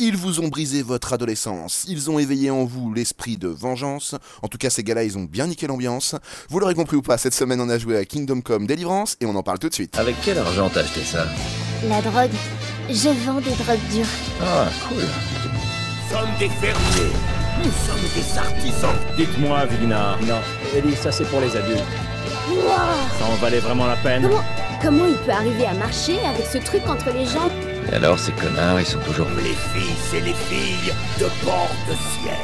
Ils vous ont brisé votre adolescence, ils ont éveillé en vous l'esprit de vengeance. En tout cas, ces gars-là, ils ont bien niqué l'ambiance. Vous l'aurez compris ou pas, cette semaine, on a joué à Kingdom Come Deliverance et on en parle tout de suite. Avec quel argent t'as acheté ça La drogue. Je vends des drogues dures. Ah, cool. Nous sommes des fermiers. Nous sommes des artisans. Dites-moi, Vigna, Non, Ellie, ça c'est pour les adultes. Wouah ça en valait vraiment la peine Comment, comment il peut arriver à marcher avec ce truc entre les jambes Et alors, ces connards, ils sont toujours... Les fils et les filles de bord de ciel.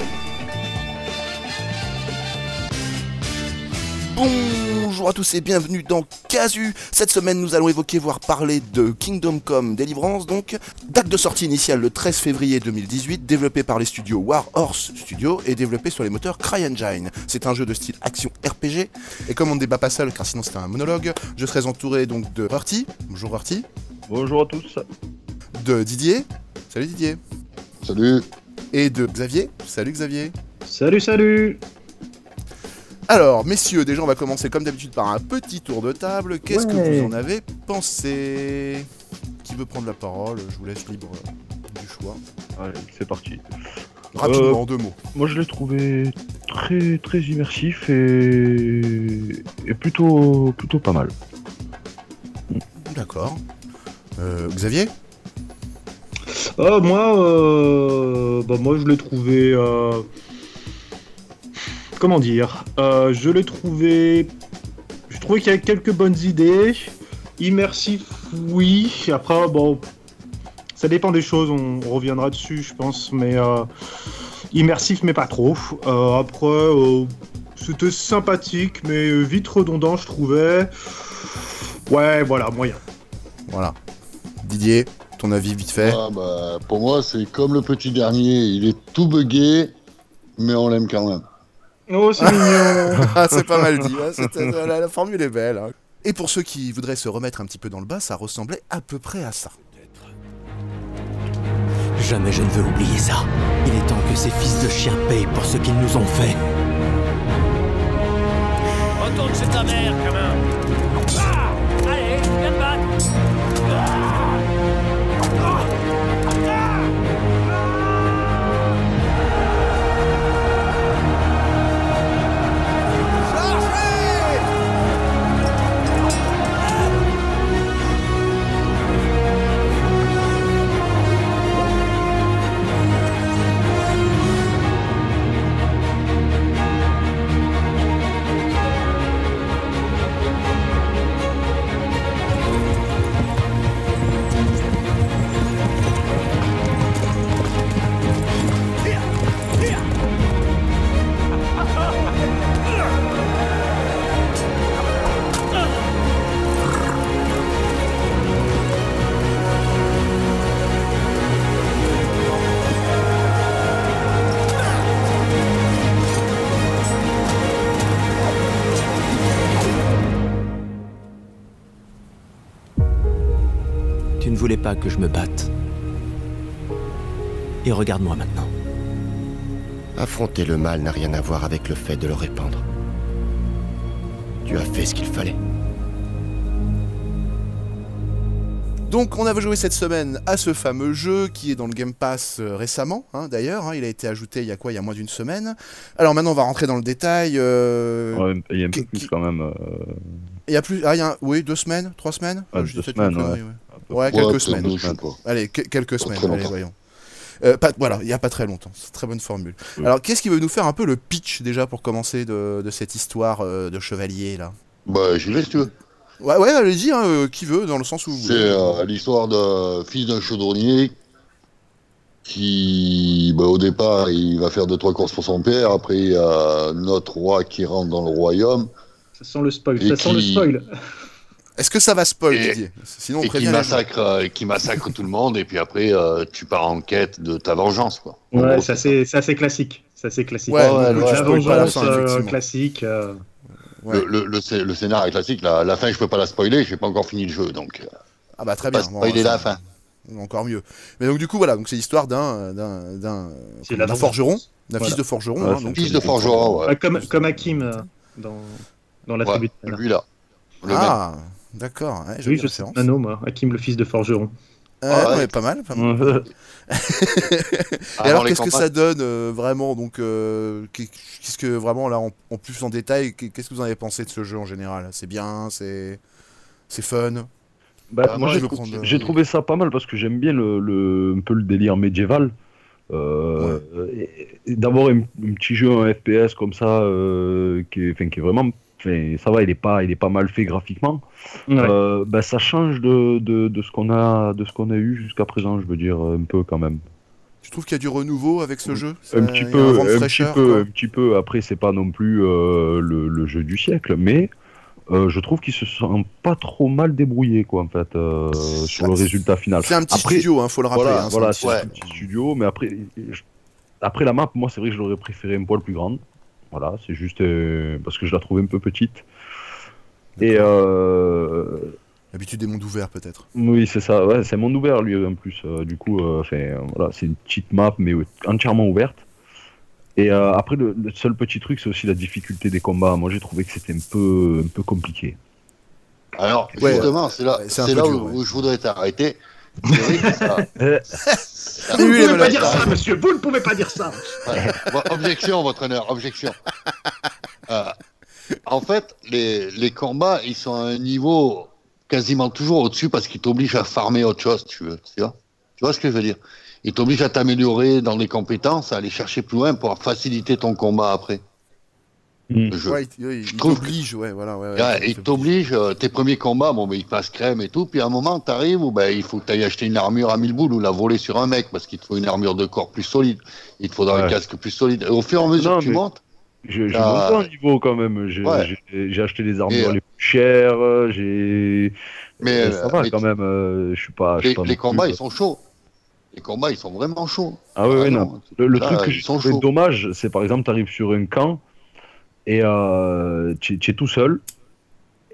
Bonjour à tous et bienvenue dans Casu. Cette semaine, nous allons évoquer, voire parler de Kingdom Come Deliverance, donc date de sortie initiale le 13 février 2018, développé par les studios Warhorse Studio et développé sur les moteurs CryEngine. C'est un jeu de style action RPG et comme on ne débat pas seul, car sinon c'était un monologue, je serai entouré donc de Horty. Bonjour Horty. Bonjour à tous. De Didier. Salut Didier. Salut Et de Xavier. Salut Xavier. Salut, salut. Alors, messieurs, déjà, on va commencer comme d'habitude par un petit tour de table. Qu'est-ce que Ouais. vous en avez pensé Qui veut prendre la parole Je vous laisse libre euh, du choix. Allez, c'est parti. Euh. Rapidement, en deux mots. Moi, je l'ai trouvé très très immersif et, et plutôt plutôt pas mal. D'accord. Euh, Xavier Ah, moi, euh, bah, moi, je l'ai trouvé. euh, Comment dire Euh, Je l'ai trouvé. Je trouvais qu'il y avait quelques bonnes idées. Immersif, oui. Après, bon. Ça dépend des choses, on, on reviendra dessus, je pense. Mais. euh, Immersif, mais pas trop. Euh, après, euh, c'était sympathique, mais vite redondant, je trouvais. Ouais, voilà, moyen. Voilà. Didier, ton avis vite fait Ah, bah, Pour moi, c'est comme le petit dernier, il est tout buggé, mais on l'aime quand même. Oh, c'est mignon Ah, c'est pas mal dit. hein, c'est- euh, la, la formule est belle. hein. Et pour ceux qui voudraient se remettre un petit peu dans le bas, ça ressemblait à peu près à ça. Jamais je ne veux oublier ça. Il est temps que ces fils de chiens payent pour ce qu'ils nous ont fait. Retourne chez ta mère, gamin. Allez, viens te battre. Tu ne voulais pas que je me batte. Et regarde-moi maintenant. Affronter le mal n'a rien à voir avec le fait de le répandre. Tu as fait ce qu'il fallait. Donc on avait joué cette semaine à ce fameux jeu qui est dans le Game Pass euh, récemment, hein, d'ailleurs, hein, il a été ajouté il y a quoi, il y a moins d'une semaine. Alors maintenant on va rentrer dans le détail. euh, Ouais, il y a un peu Qui- qui- plus quand même. euh, Il y a plus, ah, il y a un- oui, deux semaines, trois semaines. Ah, Je dis deux peut-être semaines, une connerie, à peu ouais. Ouais, Ouais, quelques peut-être semaines. deux, je sais pas. Allez, que- quelques Pas semaines, très allez, longtemps. voyons. Euh, pas- voilà, il n'y a pas très longtemps, c'est une très bonne formule. Ouais. Alors qu'est-ce qui veut nous faire un peu le pitch déjà pour commencer de, de cette histoire euh, de chevalier là Bah, j'y vais si tu veux. Ouais, ouais, allez-y, hein, euh, qui veut, dans le sens où vous C'est voulez. euh, l'histoire d'un fils d'un chaudronnier qui, bah, au départ, il va faire deux, trois courses pour son père. Après, il y a notre roi qui rentre dans le royaume Ça sent le spoil, Et ça sent le qui- spoil. Est-ce que ça va spoil, Et- Didier Sinon on et qui prévient. les gens. massacre, euh, qui massacre tout le monde. Et puis après, euh, tu pars en quête de ta vengeance. Quoi. En Ouais, gros, ça c'est c'est ça, c'est classique. Ça c'est classique. Ouais, Ouais, ouais, du coup, ouais. tu la spoil pas la vengeance fin, euh, effectivement. classique. euh. Ouais. Le, le- le scé- le scénar est classique. La, la fin, je peux pas la spoiler. J'ai pas encore fini le jeu, donc euh, Ah bah très bien. pas bon, spoiler ça- la fin. Encore mieux. Mais donc du coup voilà, donc c'est l'histoire d'un d'un d'un C'est d'un la vengeance. forgeron, d'un Voilà. fils de forgeron. Ouais, hein, c'est donc, Fils de forgeron, ouais. Ah, comme, comme Hakim euh, dans, dans la Ouais, tribu de Tana. Lui là. Le Ah d'accord. ouais, Oui, jolie je sais. référence. Nano, moi. Hakim, le fils de forgeron. Ah ouais. ouais, pas mal, pas mal. Avant Et alors, les qu'est-ce que campagnes. ça donne euh, vraiment Donc, euh, qu'est- qu'est-ce que vraiment là, en, en plus en détail, qu'est- qu'est-ce que vous en avez pensé de ce jeu en général C'est bien, c'est c'est fun. Bah, Ah, moi, je j'ai veux trou- prendre, euh, j'ai trouvé ça pas mal parce que j'aime bien le, le- un peu le délire médiéval. Euh, et- et D'avoir un, un petit jeu en FPS comme ça, euh, qui, est, enfin, qui est vraiment. enfin, ça va, il est, pas, il est pas mal fait graphiquement. Euh, bah, ça change de, de, de ce qu'on a, de ce qu'on a eu jusqu'à présent, je veux dire, un peu quand même. Tu trouves qu'il y a du renouveau avec ce jeu Ça- Un Euh, il y petit a un peu, vent de un petit fraîcheur, peu, euh, quoi un petit peu. Après, c'est pas non plus euh, le, le jeu du siècle, mais euh, je trouve qu'ils se sont pas trop mal débrouillés, quoi, en fait, euh, sur le résultat final. C'est un petit Après, studio, hein, faut le rappeler. Voilà, hein, c'est voilà, un c'est petit- un petit studio, mais après, je- après la map, moi, c'est vrai que je l'aurais préféré un poil plus grande. Voilà, c'est juste euh, parce que je la trouvais un peu petite. Et euh, L'habitude des mondes ouverts, peut-être. oui, c'est ça. Ouais, c'est un monde ouvert, lui, en plus. Euh, du coup, euh, fait, euh, voilà, c'est une petite map, mais euh, entièrement ouverte. Et euh, après, le, le seul petit truc, c'est aussi la difficulté des combats. Moi, j'ai trouvé que c'était un peu, un peu compliqué. Alors, Ouais, justement, c'est là, ouais, c'est un c'est peu là dur, où, ouais. où je voudrais t'arrêter. C'est vrai que ça- Vous ne Oui, pouvez voilà. pas dire ça, monsieur, vous ne pouvez pas dire ça. Ouais. Bon, objection, votre honneur, objection. Euh, en fait, les, les combats, ils sont à un niveau quasiment toujours au-dessus parce qu'ils t'obligent à farmer autre chose, tu veux. Tu vois, tu vois ce que je veux dire Ils t'obligent à t'améliorer dans les compétences, à aller chercher plus loin pour faciliter ton combat après. Mm. Le jeu. Ouais, il- il il trouve que- t'oblige, ouais, voilà. Ouais, ouais, Ouais, ça ils fait- t'obligent, euh, tes premiers combats, bon, mais ils passent crème et tout. Puis à un moment, t'arrives où ben, il faut que t'ailles acheter une armure à 1000 boules ou la voler sur un mec parce qu'il te faut une armure de corps plus solide. Il te faudra un Ouais. casque plus solide. Et au fur et à mesure Non, que tu mais- montes, Je- J'ai Ah. monté en niveau quand même. J'ai Ouais. j'ai- j'ai acheté les Et, armures euh, les plus chères. euh, J'ai. mais, Euh, euh, ça va mais quand tu- même. euh, je suis pas. je les, suis pas les non combats, plus- ils sont chauds. Les combats, ils sont vraiment chauds. Ah oui, Ah oui, non. non, Le, le là, truc que ils j'ai sont trouvé chauds. dommage, c'est par exemple, t'arrives sur un camp et euh, tu tu es tout seul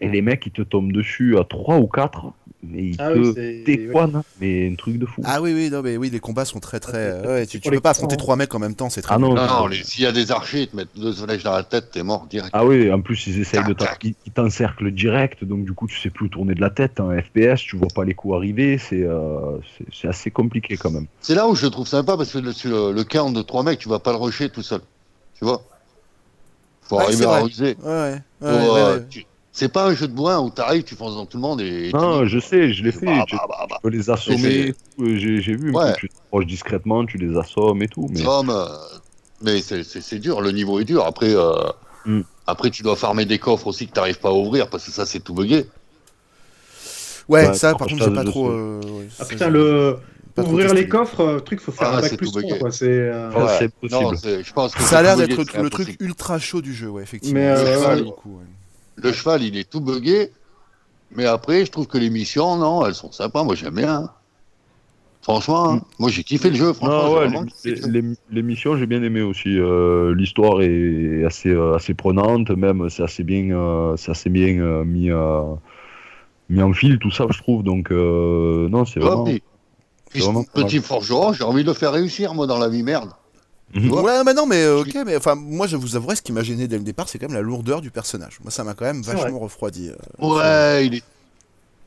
et les mecs ils te tombent dessus à 3 ou 4 mais ils Ah te oui, c'est- décoignent, mais un truc de fou. Ah oui, oui, non, mais oui, les combats sont très, très. euh, ouais, tu c'est tu pour peux les pas affronter grands. trois mecs en même temps, c'est très. Ah non, Non, je- non, les- s'il y a des archers, ils te mettent deux flèches dans la tête, t'es mort direct. Ah oui, en plus ils essayent de Tac, t'en- tac. ils ils t'encerclent direct, donc du coup tu sais plus où tourner de la tête. hein. En FPS, tu vois pas les coups arriver, c'est euh, c'est- c'est assez compliqué quand même. C'est là où je le trouve sympa parce que le, sur le, le camp de trois mecs, tu vas pas le rusher tout seul. Tu vois Faut Ouais, c'est arriver à vrai. ruser. Ouais, ouais. ouais, Faut, ouais, euh, ouais. tu- C'est pas un jeu de bois où t'arrives, tu fonces dans tout le monde et. et Non, tu- je sais, je l'ai fait. Bah, tu bah, bah, bah. peux les assommer, c'est- tout, euh, j'ai j'ai vu, un Ouais. coup, tu t'approches discrètement, tu les assommes et tout. Mais... Tu vois, mais- euh, mais c'est- c'est c'est dur, le niveau est dur. Après, euh, Mm. après tu dois farmer des coffres aussi que t'arrives pas à ouvrir parce que ça, c'est tout bugué. Ouais, Ouais, ça, par par contre, contre, j'ai ça, pas je trop. sais. euh, ouais, Ah ça, putain, j'ai le... pas trop ouvrir testé. les coffres, euh, truc, faut faire Ah, un c'est bac plus tout bugué. trois, quoi. C'est. euh, Ouais, c'est possible. Non, c'est- je pense que Ça a c'est l'air tout bugué, d'être c'est le impossible. truc ultra chaud du jeu, ouais, effectivement. Mais, Ça, euh, ça vaut ouais. le coup, ouais. Le cheval, il est tout bugué. Mais après, je trouve que les missions, non, elles sont sympas. Moi, j'aime bien. hein. Franchement, hein. moi, j'ai kiffé le jeu. Franchement, Non, j'ai ouais, vraiment les, kiffé le jeu. les- les missions, j'ai bien aimé aussi. Euh, L'histoire est assez, euh, assez prenante, même c'est assez bien, euh, c'est assez bien euh, mis, euh, mis en fil, tout ça, je trouve. Donc, euh, non, c'est Hop, vraiment. et- puis ce vraiment pas petit forgeron, j'ai envie de le faire réussir, moi, dans la vie merde. vois Ouais, mais non, mais euh, ok, mais enfin, moi, je vous avouerai, ce qui m'a gêné dès le départ, c'est quand même la lourdeur du personnage. Moi, ça m'a quand même C'est vrai. vachement refroidi. euh. Ouais, il est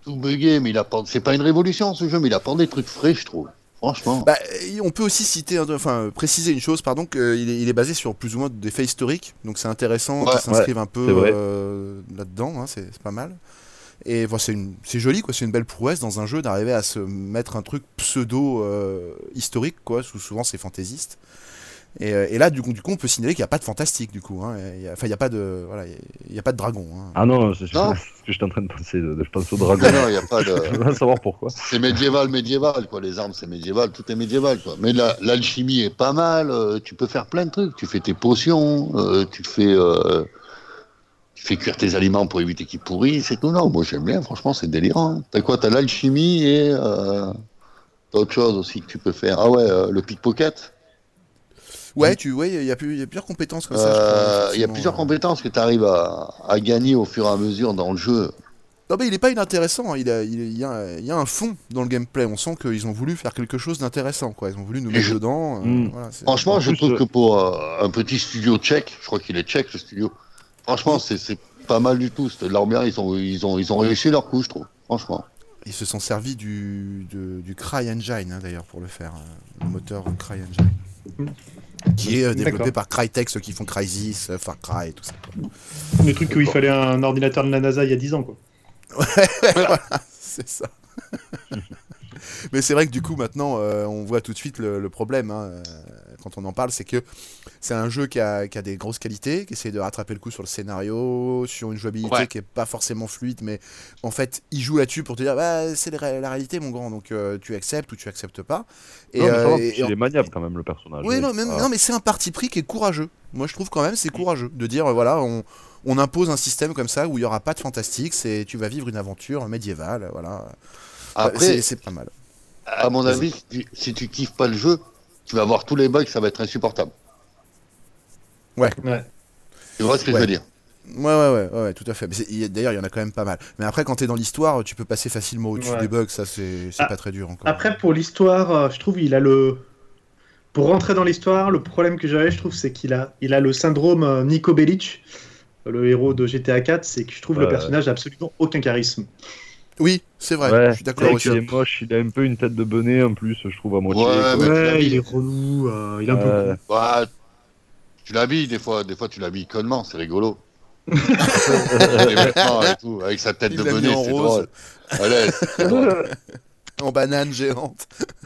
tout bugué, mais il apporte. C'est pas une révolution, ce jeu, mais il apporte des trucs frais, je trouve. Franchement. Bah, et on peut aussi citer, hein, de- enfin, euh, préciser une chose, pardon, qu'il est, il est basé sur plus ou moins des faits historiques, donc c'est intéressant Ouais, qu'ils s'inscrivent un peu c'est vrai. euh, là-dedans, hein, c'est c'est pas mal. Et voilà, c'est une- c'est joli, quoi, c'est une belle prouesse dans un jeu d'arriver à se mettre un truc pseudo-historique, quoi, sou- souvent c'est fantaisiste. Et, euh, et là, du coup, du coup, on peut signaler qu'il n'y a pas de fantastique, du coup. hein, et il y a- Enfin, il n'y a pas de, voilà, il y a pas de dragon. hein. Ah non, c'est c'est Non. ce que j'étais en train de penser. de- de- je pense au Non, dragon. non, il y a pas de. Je veux savoir pourquoi. C'est médiéval, médiéval, quoi. Les armes, c'est médiéval, tout est médiéval, quoi. Mais la- l'alchimie est pas mal. euh, tu peux faire plein de trucs. Tu fais tes potions, euh, tu fais, euh, tu fais cuire tes aliments pour éviter qu'ils pourrissent et tout. Non, moi j'aime bien. Franchement, c'est délirant. T'as quoi T'as l'alchimie et euh, t'as autre chose aussi que tu peux faire. Ah ouais, euh, le pickpocket. Ouais, tu, ouais, il y a plus- il y a plusieurs compétences comme ça. je Euh, crois, Il y a effectivement, plusieurs ouais. compétences que t'arrives à, à gagner au fur et à mesure dans le jeu. Non mais il est pas inintéressant, hein. il, a- il- il y a, il y a un fond dans le gameplay, on sent qu'ils ont voulu faire quelque chose d'intéressant, quoi. ils ont voulu nous Et mettre je- Hmm. dedans. euh, Mm. voilà, c'est- Franchement, En je plus, trouve euh, que pour euh, un petit studio tchèque, je crois qu'il est tchèque le studio. Franchement, c'est c'est pas mal du tout. C'est- L'armée, ils ont, ils, ont, ils ont réussi leur coup, je trouve. Franchement. Ils se sont servis du, de- du CryEngine hein, d'ailleurs pour le faire, euh, le moteur CryEngine. Qui est euh, développé par D'accord. Crytek, ceux qui font Crysis, euh, Far Cry, tout ça. Des trucs où il fallait un ordinateur de la NASA il y a 10 ans, quoi. c'est ça. Mais c'est vrai que du coup, maintenant, euh, on voit tout de suite le, le problème hein, euh, quand on en parle, c'est que c'est un jeu qui a, qui a des grosses qualités, qui essaie de rattraper le coup sur le scénario, sur une jouabilité Ouais. qui est pas forcément fluide, mais en fait, il joue là-dessus pour te dire, bah, c'est la, ré- la réalité, mon grand, donc euh, tu acceptes ou tu acceptes pas. Et, Non, mais ça euh, va, et- il est maniable quand même le personnage. oui, non, mais, Ah. non, mais c'est un parti pris qui est courageux. Moi, je trouve quand même c'est courageux de dire euh, voilà, on, on impose un système comme ça où il n'y aura pas de fantastique, c'est tu vas vivre une aventure médiévale, voilà. Après, Ah, C'est- c'est pas mal. à mon avis, si tu, si tu kiffes pas le jeu, tu vas voir tous les bugs, ça va être insupportable. Ouais. Ouais. Tu vois ce que Ouais. je veux dire Ouais, ouais, ouais, ouais, tout à fait. Mais c'est- il y a- D'ailleurs, il y en a quand même pas mal. Mais après, quand t'es dans l'histoire, tu peux passer facilement au-dessus Ouais. des bugs, ça c'est c'est Ah, pas très dur encore. Après, pour l'histoire, euh, je trouve il a le. Pour rentrer dans l'histoire, le problème que j'avais, je trouve, c'est qu'il a, il a le syndrome euh, Nico Bellic, le héros de GTA 4, c'est que je trouve Ouais. le personnage a absolument aucun charisme. Oui, c'est vrai, Ouais, je suis d'accord C'est vrai aussi. qu'il est moche, il a un peu une tête de benet en plus, je trouve à moitié. Ouais, quoi. tu Ouais, l'habilles. il est relou, euh, il est un peu. Euh, Bah, tu l'habilles des fois, des fois tu l'habilles connement, c'est rigolo. Les vêtements et tout, avec sa tête Il de l'a mis bonnet, en c'est rose. drôle. Allez, c'est drôle. En banane géante.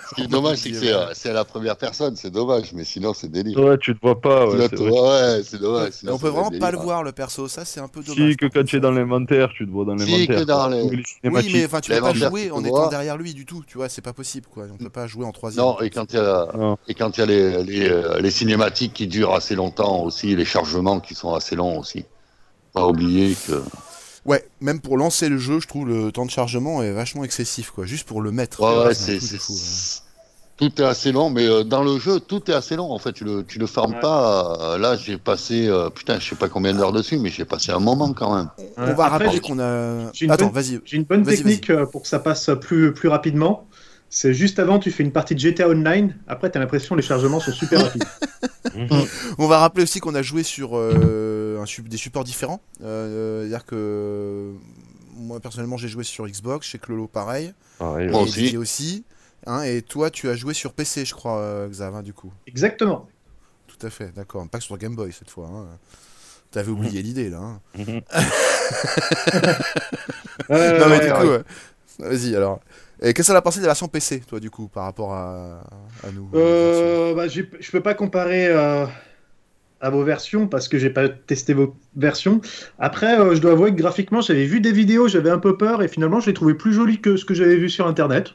Ce qui est dommage, c'est que c'est, euh, c'est à la première personne, c'est dommage, mais sinon c'est délire. ouais, tu te vois pas. Ouais, Sinon, c'est tu vrai. vois, ouais, c'est dommage. Mais sinon, on ça peut va être vraiment pas le délire. voir le perso, ça c'est un peu dommage. Si, que quand tu es dans l'inventaire, tu te vois dans Si, l'inventaire. que dans les- Tous les Oui, cinématiques. mais enfin, tu peux pas L'inventaire, jouer tu en peux étant voir. derrière lui du tout, tu vois, c'est pas possible quoi. On peut pas jouer en troisième. Non, et quand il y a, Non. et quand il y a les, les, euh, les cinématiques qui durent assez longtemps aussi, les chargements qui sont assez longs aussi. Pas oublier que. Ouais, même pour lancer le jeu, je trouve le temps de chargement est vachement excessif, quoi. Juste pour le mettre. Ouais, Là, ouais, c'est un c'est. truc de c'est- fou, ouais. Tout est assez long, mais euh, dans le jeu, tout est assez long. En fait, tu le, tu le fermes Ouais. pas. euh, là, j'ai passé. euh, putain, je sais pas combien d'heures dessus, mais j'ai passé un moment quand même. On va Après, rappeler j'ai- qu'on a. j'ai une Attends, bonne- vas-y. J'ai une bonne Vas-y, technique euh, pour que ça passe plus, plus rapidement. C'est juste avant, tu fais une partie de GTA Online. Après, t'as l'impression que les chargements sont super rapides. On va rappeler aussi qu'on a joué sur euh, un sup- des supports différents. Euh, C'est-à-dire que moi personnellement, j'ai joué sur Xbox, chez Clolo pareil, Pareil, Moi et aussi. Didier aussi. Hein, et toi, tu as joué sur PC, je crois, euh, Xav, hein, du coup. Exactement. Tout à fait, d'accord. Pas que sur Game Boy cette fois. hein. T'avais oublié l'idée là. hein. Euh, non mais du ouais, coup, ouais. ouais. vas-y alors. Et qu'est-ce que t'en as pensé de la version PC, toi, du coup, par rapport à, à nous Euh, bah, j'ai- je peux pas comparer euh, à vos versions parce que j'ai pas testé vos versions. Après, euh, je dois avouer que graphiquement, j'avais vu des vidéos, j'avais un peu peur et finalement, je l'ai trouvé plus joli que ce que j'avais vu sur internet.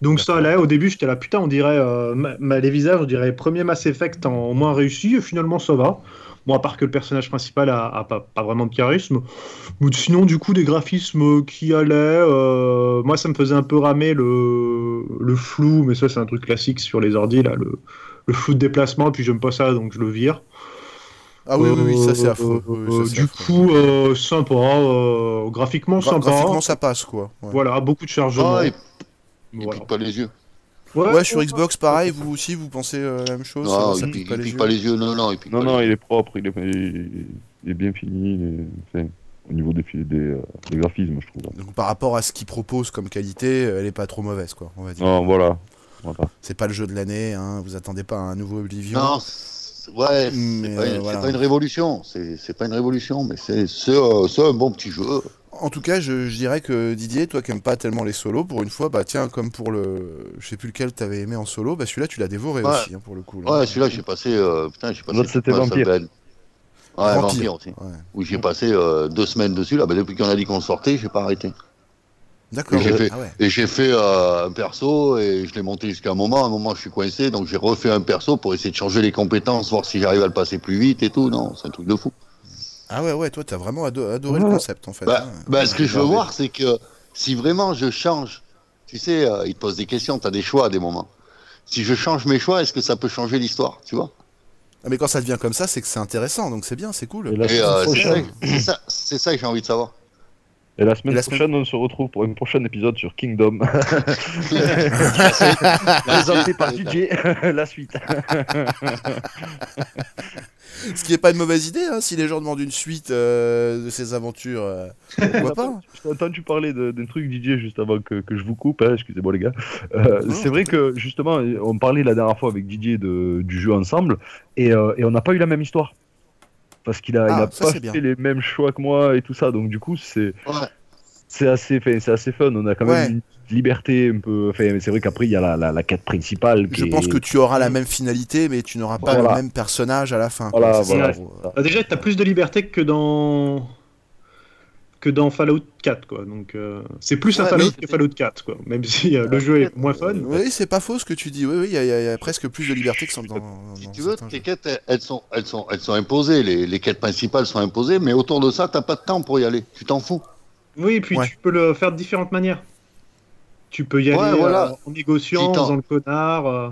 Donc ça allait. Au début, j'étais là, putain, on dirait euh, ma- ma- les visages, on dirait premier Mass Effect en moins réussi. Et finalement, ça va. Bon, à part que le personnage principal a, a pas, pas vraiment de charisme. Mais sinon, du coup, des graphismes qui allaient. euh, moi, ça me faisait un peu ramer le, le flou, mais ça, c'est un truc classique sur les ordis, là, le, le flou de déplacement. Puis j'aime pas ça, donc je le vire. Ah oui, oui, oui, ça c'est Euh, affreux. Oui, oui, ça, euh, c'est du affreux. coup, euh, sympa. euh, graphiquement, Gra- sympa. graphiquement, ça passe quoi. Ouais. Voilà, beaucoup de chargements. Ah, et, il Voilà. pique pas les yeux. Ouais, Ouais, sur Xbox, pareil, vous aussi, vous pensez euh, la même chose non, ça, ça Ah, il, pique pique, pas il les pique yeux pas les yeux. Non, non, il pique euh, Non, pas non, les yeux. il est propre, il est, il est- il est bien fini. il est- enfin, au niveau des, fi- des, euh, des graphismes, je trouve. Donc par rapport à ce qu'il propose comme qualité, elle est pas trop mauvaise, quoi, on va dire. Non, voilà. Voilà. C'est pas le jeu de l'année, hein, vous attendez pas un nouveau Oblivion. Non, c'est- Mais, ouais, c'est euh, pas, une- c'est voilà. pas une révolution. C'est c'est pas une révolution, mais c'est c'est, euh, c'est un bon petit jeu. En tout cas, je, je dirais que Didier, toi qui aimes pas tellement les solos, pour une fois, bah tiens, comme pour le... Je sais plus lequel t'avais aimé en solo, bah celui-là, tu l'as dévoré Ouais. aussi, hein, pour le coup. là. Ouais, celui-là, j'ai passé. euh, putain, j'ai passé. L'autre, c'était comment ça Vampire. s'appelle Ouais, Vampire. Vampire, aussi. Ouais. Où j'ai passé euh, deux semaines dessus. Là, bah, depuis qu'on a dit qu'on sortait, j'ai pas arrêté. D'accord. J'ai fait- Ah ouais. Et j'ai fait euh, un perso et je l'ai monté jusqu'à un moment. À un moment, je suis coincé, donc j'ai refait un perso pour essayer de changer les compétences, voir si j'arrive à le passer plus vite et tout. Non, c'est un truc de fou. Ah ouais, ouais, toi, t'as vraiment ado- adoré le Ouais. concept, en fait. Bah, hein. bah, ce que je veux voir, c'est que si vraiment je change, tu sais, euh, ils te posent des questions, t'as des choix à des moments. Si je change mes choix, est-ce que ça peut changer l'histoire, tu vois Ah, mais quand ça devient comme ça, c'est que c'est intéressant, donc c'est bien, c'est cool. Et la Et semaine, euh, c'est ça, prochaine, c'est ça, c'est ça que j'ai envie de savoir. et la semaine Et la semaine- prochaine, on se retrouve pour un prochain épisode sur Kingdom. euh, Présenté par DJ. la suite. Ce qui n'est pas une mauvaise idée, hein, si les gens demandent une suite euh, de ces aventures, euh, pourquoi pas Je t'ai entendu parler de- d'un truc, Didier, juste avant que, que je vous coupe. hein, Excusez-moi, les gars. Euh, Non, c'est vrai que, justement, on parlait la dernière fois avec Didier de- du jeu ensemble et, euh, et on n'a pas eu la même histoire. Parce qu'il a, il Ah, a ça, pas c'est bien. fait les mêmes choix que moi et tout ça. Donc, du coup, c'est Ouais. c'est assez, enfin, c'est assez fun. On a quand Ouais. même une liberté un peu. enfin, C'est vrai qu'après, il y a la, la, la quête principale. qui Je est- pense que tu auras la même finalité, mais tu n'auras pas le Voilà. même personnage à la fin. Voilà, quoi, c'est ça, voilà. en gros. Bah, déjà, t'as plus de liberté que dans que dans Fallout 4, quoi. Donc, euh, c'est plus un Ouais, Fallout mais- que Fallout 4, quoi. Même si euh, le jeu est moins fun. Oui, c'est pas faux ce que tu dis. Oui, oui, il y, a- il y a il y a presque plus de liberté que sans- dans. Si dans tu veux, certains tes jeux. quêtes, elles- elles sont, elles sont, elles sont imposées. Les, les quêtes principales sont imposées, mais autour de ça, t'as pas de temps pour y aller. Tu t'en fous. Oui, et puis Ouais. tu peux le faire de différentes manières. Tu peux y Ouais, aller voilà. euh, en négociant, Si en t'en- faisant le connard. euh.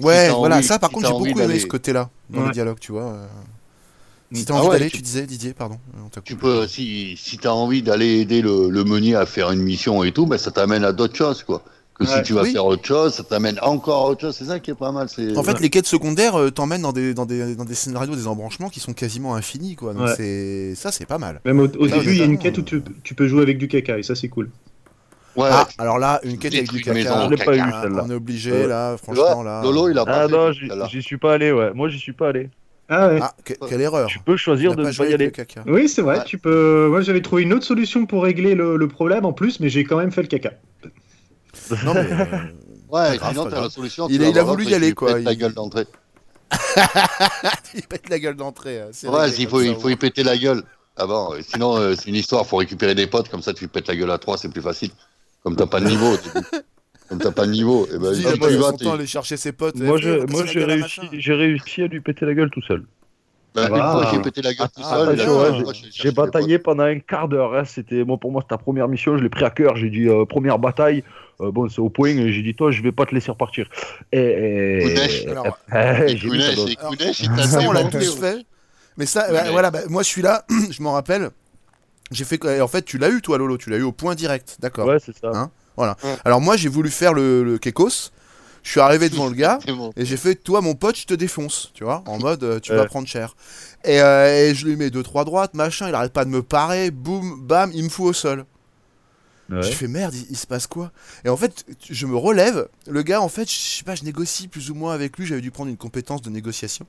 Ouais, t'as voilà, envie- ça par si contre, t'as j'ai envie beaucoup aimé d'aller- ce côté-là dans les Ouais. dialogues, tu vois. euh. Si t'as Ah envie ouais, d'aller, tu- tu disais, Didier, pardon. euh, on t'a Tu coupé. peux, si, si t'as envie d'aller aider le, le meunier à faire une mission et tout, ben ça t'amène à d'autres choses, quoi. Que si Ouais. tu vas Oui. faire autre chose, ça t'amène encore à autre chose. C'est ça qui est pas mal. C'est En fait, les quêtes secondaires euh, t'emmènent dans des, dans, des, dans des scénarios, des embranchements qui sont quasiment infinis, quoi. Donc Ouais. c'est ça, c'est pas mal. Même au, au Ça, début, il y a notamment, une quête où tu, tu peux jouer avec du caca, et ça, c'est cool. ouais, ah, alors là, une quête avec du détruis une maison caca. Je en l'ai pas caca. eu, Ah, celle-là. on est obligé Ouais. là, Tu franchement vois, là. Lolo, il a Ah pas fait non, tout j'y à l'heure. j'y suis pas allé, ouais. Moi, j'y suis pas allé. Ah ouais. Ah, que- quelle erreur. Tu peux Il choisir a pas de ne pas joué y avec aller. le caca. Oui, c'est vrai. Ouais. Tu peux. Moi, j'avais trouvé une autre solution pour régler le, le problème en plus, mais j'ai quand même fait le caca. Non mais euh, grave, Ouais, sinon pas t'as grave. la solution. Il tu a- vas il a voir voulu l'autre y et tu lui aller, quoi. pètes la Il- gueule d'entrée. il pète la gueule d'entrée. hein, c'est Ouais, réglé, il comme faut, ça, il au faut y péter la gueule. Avant, euh, sinon euh, c'est une histoire. Faut récupérer des potes, comme ça tu lui pètes la gueule à trois, c'est plus facile. Comme t'as pas de niveau. tu- Comme t'as pas de niveau, et ben Dis, hop, il a pas tu eu vas, son t'es- temps à aller chercher ses potes. Moi, Eh, frère, je- casse moi, la j'ai gueule à réussi, machin. j'ai réussi à lui péter la gueule tout seul. ben, une Ah. fois, j'ai pété la gueule tout Ah, seul. et la attention, deuxième ouais, fois, je suis allé chercher J'ai des potes. bataillé pendant un quart d'heure. hein. C'était moi pour moi c'était ta première mission. Je l'ai pris à cœur. J'ai dit euh, première bataille. euh, bon, c'est au point. et J'ai dit toi, je vais pas te laisser repartir. Et, et- Goudèche. et- Alors, et- Eh, j'ai mis ça Kounet, dans- c'est Alors, Kounet, il t'a Ça, on l'a démonté, tous ouais. fait. Mais ça, Ouais, bah, ouais. voilà, bah, moi je suis là, je m'en rappelle. J'ai fait. quoi- En fait, tu l'as eu, toi, Lolo, tu l'as eu au point direct, d'accord. Ouais, c'est ça. Hein Alors moi, j'ai voulu faire le, le Kekos. Je suis arrivé devant le gars C'est bon. et j'ai fait Toi, mon pote, je te défonce, tu vois, en mode euh, tu vas Ouais. prendre cher. Et, euh, et je lui mets deux trois droites, machin. Il arrête pas de me parer. Boum, bam, il me fout au sol. Ouais. Je fais merde, il, il se passe quoi Et en fait, tu- je me relève. Le gars, en fait, je sais pas, je négocie plus ou moins avec lui. J'avais dû prendre une compétence de négociation.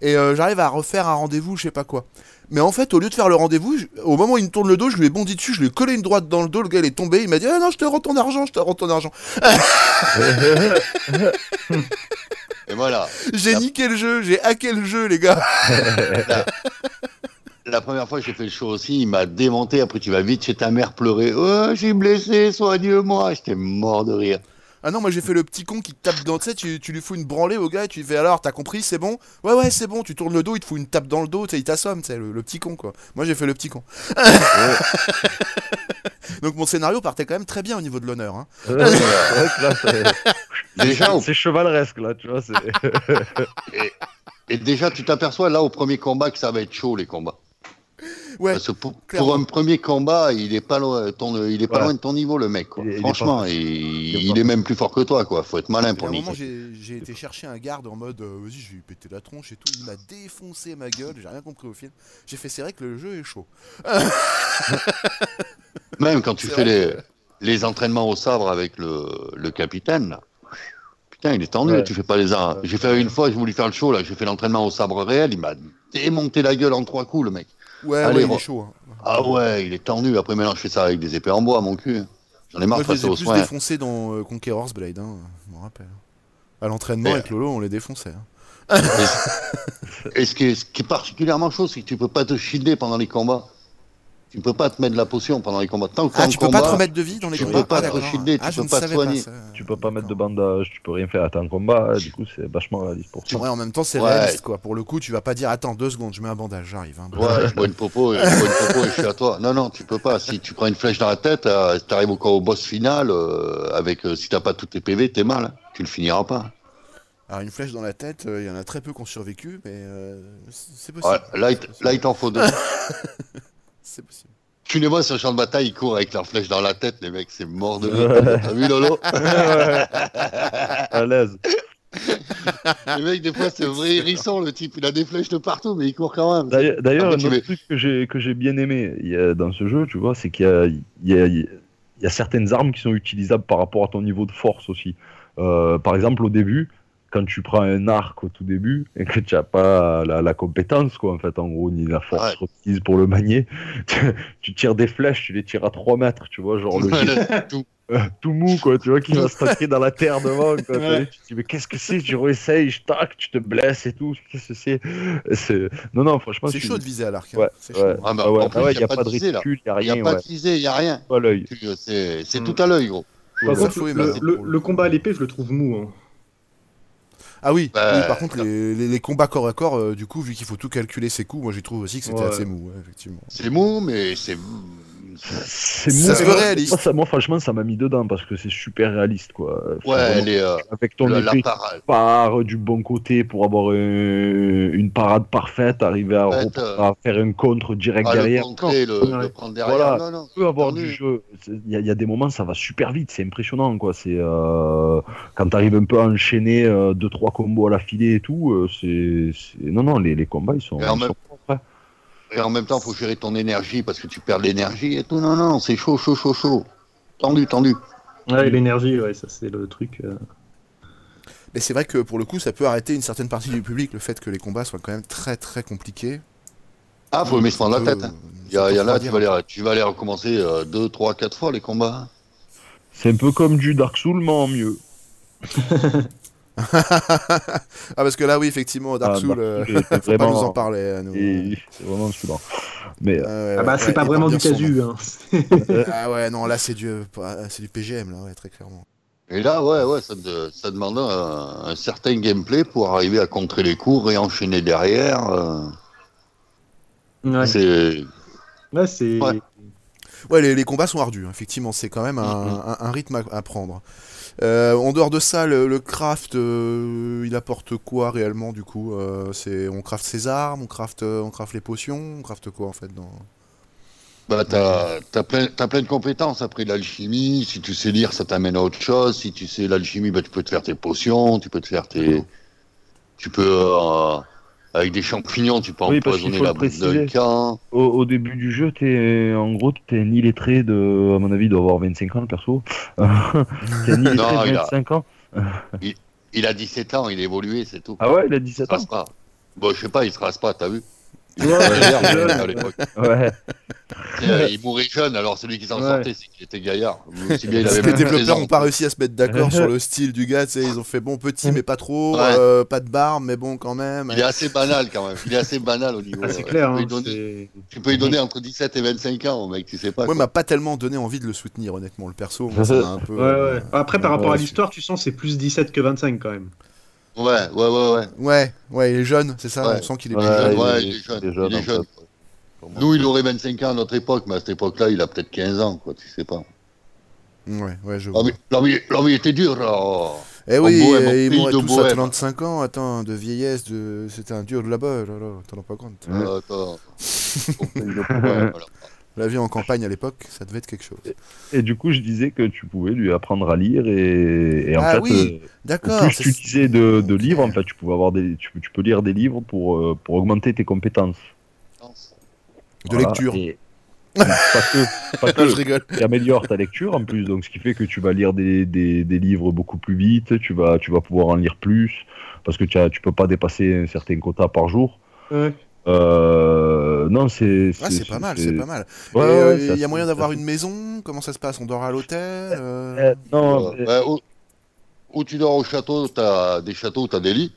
Et euh, j'arrive à refaire un rendez-vous, je sais pas quoi. Mais en fait, au lieu de faire le rendez-vous, je- au moment où il me tourne le dos, je lui ai bondi dessus, je lui ai collé une droite dans le dos. Le gars, il est tombé. Il m'a dit Ah non, je te rends ton argent, je te rends ton argent. Et voilà. J'ai La- niqué le jeu, j'ai hacké le jeu, les gars. La première fois que j'ai fait le show aussi, il m'a démonté. Après, tu vas vite chez ta mère pleurer. Oh, j'ai blessé, soignez-moi. J'étais mort de rire. Ah non, moi j'ai fait le petit con qui te tape dans. Tu sais, tu, tu lui fous une branlée au gars et tu lui fais Alors, t'as compris, c'est bon Ouais, ouais, c'est bon. Tu tournes le dos, il te fout une tape dans le dos, tu sais, il t'assomme, tu sais, le, le petit con quoi. Moi j'ai fait le petit con. Donc mon scénario partait quand même très bien au niveau de l'honneur. hein. Ouais, ouais, ouais, que là, c'est- Déjà, au- C'est chevaleresque là, tu vois. c'est- et déjà, tu t'aperçois là au premier combat que ça va être chaud les combats. Ouais, Parce que pour, clairement. pour un premier combat, il est pas loin, ton, il est pas Ouais. loin de ton niveau le mec. quoi. Il est- il est Franchement, pas- il, est il pas- est même plus fort que toi. Quoi, faut être malin Et à Ah, pour un moment, niquer. j'ai j'ai été chercher un garde en mode euh, Vas-y, j'ai pété la tronche et tout. Il m'a défoncé ma gueule, j'ai rien compris au film. J'ai fait C'est vrai que le jeu est chaud. Même quand tu C'est fais vrai les, les entraînements au sabre avec le, le capitaine, là. putain, il est tendu, Ouais. tu fais pas les arts. J'ai fait une fois, je voulais faire le show, là, j'ai fait l'entraînement au sabre réel, il m'a démonté la gueule en trois coups, le mec. Ouais, Allez, ouais, il est re- chaud. hein. Ah ouais, il est tendu. Après, maintenant, je fais ça avec des épées en bois, mon cul. J'en ai marre Moi, de je les passer ai aux plus soins. défoncés dans euh, Conqueror's Blade, hein, je me rappelle. À l'entraînement, Et- avec Lolo, on les défonçait. hein. Et ce qui est, ce qui est particulièrement chaud, c'est que tu peux pas te shielder pendant les combats. Tu peux pas te mettre de la potion pendant les combats. Tant que t'es Ah, en tu peux combat, pas te remettre de vie dans les tu combats peux pas Ah, te d'accord. shielder, tu Ah, je peux ne pas te savais soigner. ça. tu peux pas mettre de D'accord. bandage, tu peux rien faire à ton combat. Du coup, c'est vachement réaliste pour ça. Ouais, en même temps, c'est Ouais. réaliste, quoi. Pour le coup, tu vas pas dire Attends, deux secondes, je mets un bandage, j'arrive. hein. Ouais, je bois une popo, et, je bois une popo et je suis à toi. Non, non, tu peux pas. Si tu prends une flèche dans la tête, euh, si t'arrives encore au boss final, euh, avec euh, si t'as pas tous tes PV, t'es mal. hein. Tu le finiras pas. Alors, une flèche dans la tête, euh, il y en a très peu qui ont survécu, mais euh, c'est c'est Ouais, possible. là, il C'est t- possible. là, il t'en faut deux. C'est possible. Tu les vois sur le champ de bataille, ils courent avec leur flèche dans la tête, les mecs, c'est mort de rire. T'as vu Lolo à l'aise. Le mec, des fois, c'est un vrai hérisson, le type. Il a des flèches de partout, mais il court quand même. D'ailleurs, d'ailleurs, Ah, un mais tu autre mets- truc que j'ai que j'ai bien aimé il y a- dans ce jeu, tu vois, c'est qu'il y a, il y a- il y a certaines armes qui sont utilisables par rapport à ton niveau de force aussi. Euh, par exemple, au début, quand tu prends un arc au tout début et que tu n'as pas la, la compétence, quoi, en fait, en gros, ni la force requise pour le manier, tu, tu tires des flèches, tu les tires à 3 mètres, tu vois, genre le jet Tout. euh, tout mou, quoi, tu vois, qui va se taquer dans la terre devant, quoi. t'as vu, Tu te dis, mais qu'est-ce que c'est Tu réessayes, je tac, tu te blesses et tout, qu'est-ce que c'est C'est- Non, non, franchement, C'est tu- chaud de viser à l'arc. hein. Ouais, C'est ouais. chaud. Ah, mais Ah ouais, en plus, ah ouais, y a y a pas pas de de visée, là. réticule, y a Il n'y rien, a pas ouais. de visée, il n'y a rien. Pas l'œil. Tu- euh, C'est c'est Mm. tout à l'œil, gros. Par Ouais. Ça contre, fouille, mais le, c'est le- drôle. le combat à l'épée, je le trouve mou. hein. Ah oui, Bah, oui, par contre, les, les- les combats corps à corps, euh, du coup, vu qu'il faut tout calculer ses coups, moi j'y trouve aussi que c'était Ouais. assez mou, ouais, effectivement. C'est mou, mais c'est. C'est Ça mou. veut réaliste. Moi, ça- moi, franchement, ça m'a mis dedans parce que c'est super réaliste, quoi. Faut Ouais, vraiment- elle est. euh, Avec ton la, la épée qui parade. part du bon côté pour avoir euh, une parade parfaite, arriver à, Ouais, rep- t'as- à faire un contre direct euh, Ah, le derrière. contrer, le, le Ouais. prendre derrière. Voilà. Non, non. On peut avoir Tendu. du jeu. C'est- Il y, a- il y a des moments, ça va super vite, c'est impressionnant, quoi. C'est euh, quand t'arrives un peu à enchaîner euh, deux trois combos à la filée et tout. euh, c'est c'est- non non, les, les combats ils sont. Et en ils même- sont propres, hein. Et en même temps, faut gérer ton énergie parce que tu perds de l'énergie et tout. Non, non, c'est chaud, chaud, chaud, chaud. Tendu, tendu. Ouais, et l'énergie, ouais, ça c'est le truc. euh. Mais c'est vrai que pour le coup, ça peut arrêter une certaine partie du public, le fait que les combats soient quand même très très compliqués. Ah, faut aimer se prendre la Euh, tête. hein. Il y, a- ça peut il y en a, tu refroidir. vas les, tu vas les recommencer euh, deux, trois, quatre fois les combats. hein. C'est un peu comme du Dark Souls mais en mieux. ah, parce que là, oui, effectivement, Dark Ah, Souls, euh, Souls, c'est faut pas vraiment- nous en parler. à nous. Et c'est vraiment saoulant. Mais euh, Ah ouais, Ah bah, ouais, c'est ouais, pas il vraiment porte du bien son nom. casu. Hein. Ah ouais, non, là, c'est du, euh, pas- c'est du PGM, là, ouais, très clairement. Et là, ouais, ouais, ça, de- ça demande un, un certain gameplay pour arriver à contrer les coups et enchaîner derrière. euh. Ouais, C'est Ouais, c'est. Ouais. Ouais, les, les combats sont ardus, hein, effectivement, c'est quand même un, Mm, un- un rythme à, à prendre. Euh, en dehors de ça, le, le craft, euh, il apporte quoi réellement, du coup Euh, c'est, On craft ses armes, on craft, euh, on craft les potions, on craft quoi, en fait dans... Bah, t'as t'as plein, t'as plein de compétences après l'alchimie. Si tu sais lire, ça t'amène à autre chose. Si tu sais l'alchimie, bah, tu peux te faire tes potions, tu peux te faire tes. Tu peux. euh, avec des champignons, tu peux Oui, parce qu'il empoisonner faut la le bouffe d'un préciser. camp. au, au début du jeu, t'es en gros t'es ni lettré de, à mon avis, il doit avoir 25 ans le perso. t'es ni lettré Non, de il a- 25 ans. Il a 17 ans, il a évolué, c'est tout. Ah ouais, il a il se 17 ans. rase pas. Bon, je sais pas, il se rase pas, t'as vu Ouais, Ah, Il ouais, était gaillard, ouais. à l'époque. Ouais. Euh, Il mourait jeune, alors celui qui s'en Ouais. sortait, c'est qu'il était gaillard. Aussi bien, il avait les même pas développeurs 16 ans. n'ont pas réussi à se mettre d'accord sur le style du gars, tu sais, ils ont fait bon petit mais pas trop, Ouais. euh, pas de barbe mais bon quand même. Il est assez banal quand même. Il est assez banal au niveau. Ah, c'est euh, clair. tu peux Hein, lui donner- c'est- Tu peux lui donner entre 17 et 25 ans, mec, tu sais pas. Moi, il quoi. m'a pas tellement donné envie de le soutenir, honnêtement, le perso. moi, ça m'a un peu, euh, Ouais, ouais. Après, par rapport ouais, à l'histoire, tu sens que c'est plus 17 que 25 quand même. Ouais, ouais, ouais, ouais. Ouais, ouais, il est jeune, c'est ça, Ouais. on sent qu'il est Ouais, plus jeune. Ouais, il- il, est jeune. il est jeune, il est en jeune. Comment Nous, il aurait 25 ans à notre époque, mais à cette époque-là, il a peut-être 15 ans, quoi, tu sais pas. Ouais, ouais, je vois. L'envie- L'envie l'envie était dure, là. oh. Eh oui, Bohème, euh, Ah, en ils pays mouraient de tous à Bohème. 35 ans, attends, de vieillesse, de... c'était un dur de là-bas, oh là, là, t'en as pas compte. Ouais. Euh, attends. Ouais, voilà. La vie en campagne à l'époque, ça devait être quelque chose. Et du coup, je disais que tu pouvais lui apprendre à lire et, et en Ah fait, oui, euh, au D'accord. plus c'est- tu lisais de, de Ok. livres, en fait, tu pouvais avoir des, tu, tu peux lire des livres pour euh, pour augmenter tes compétences. De Voilà. lecture. Et- pas que, pas Non, je que. rigole. Tu améliores ta lecture en plus, donc ce qui fait que tu vas lire des, des, des livres beaucoup plus vite, tu vas tu vas pouvoir en lire plus parce que tu as, tu peux pas dépasser un certain quota par jour. Ouais. Euh, non, c'est Ah, c'est pas mal, c'est pas mal. euh, Il Ouais, ouais, c'est y assez- a moyen d'avoir c'est une maison Comment ça se passe On dort à l'hôtel euh, assez- Eh, non, Ouais, bah, où, où tu dors au château, t'as des châteaux, t'as des lits.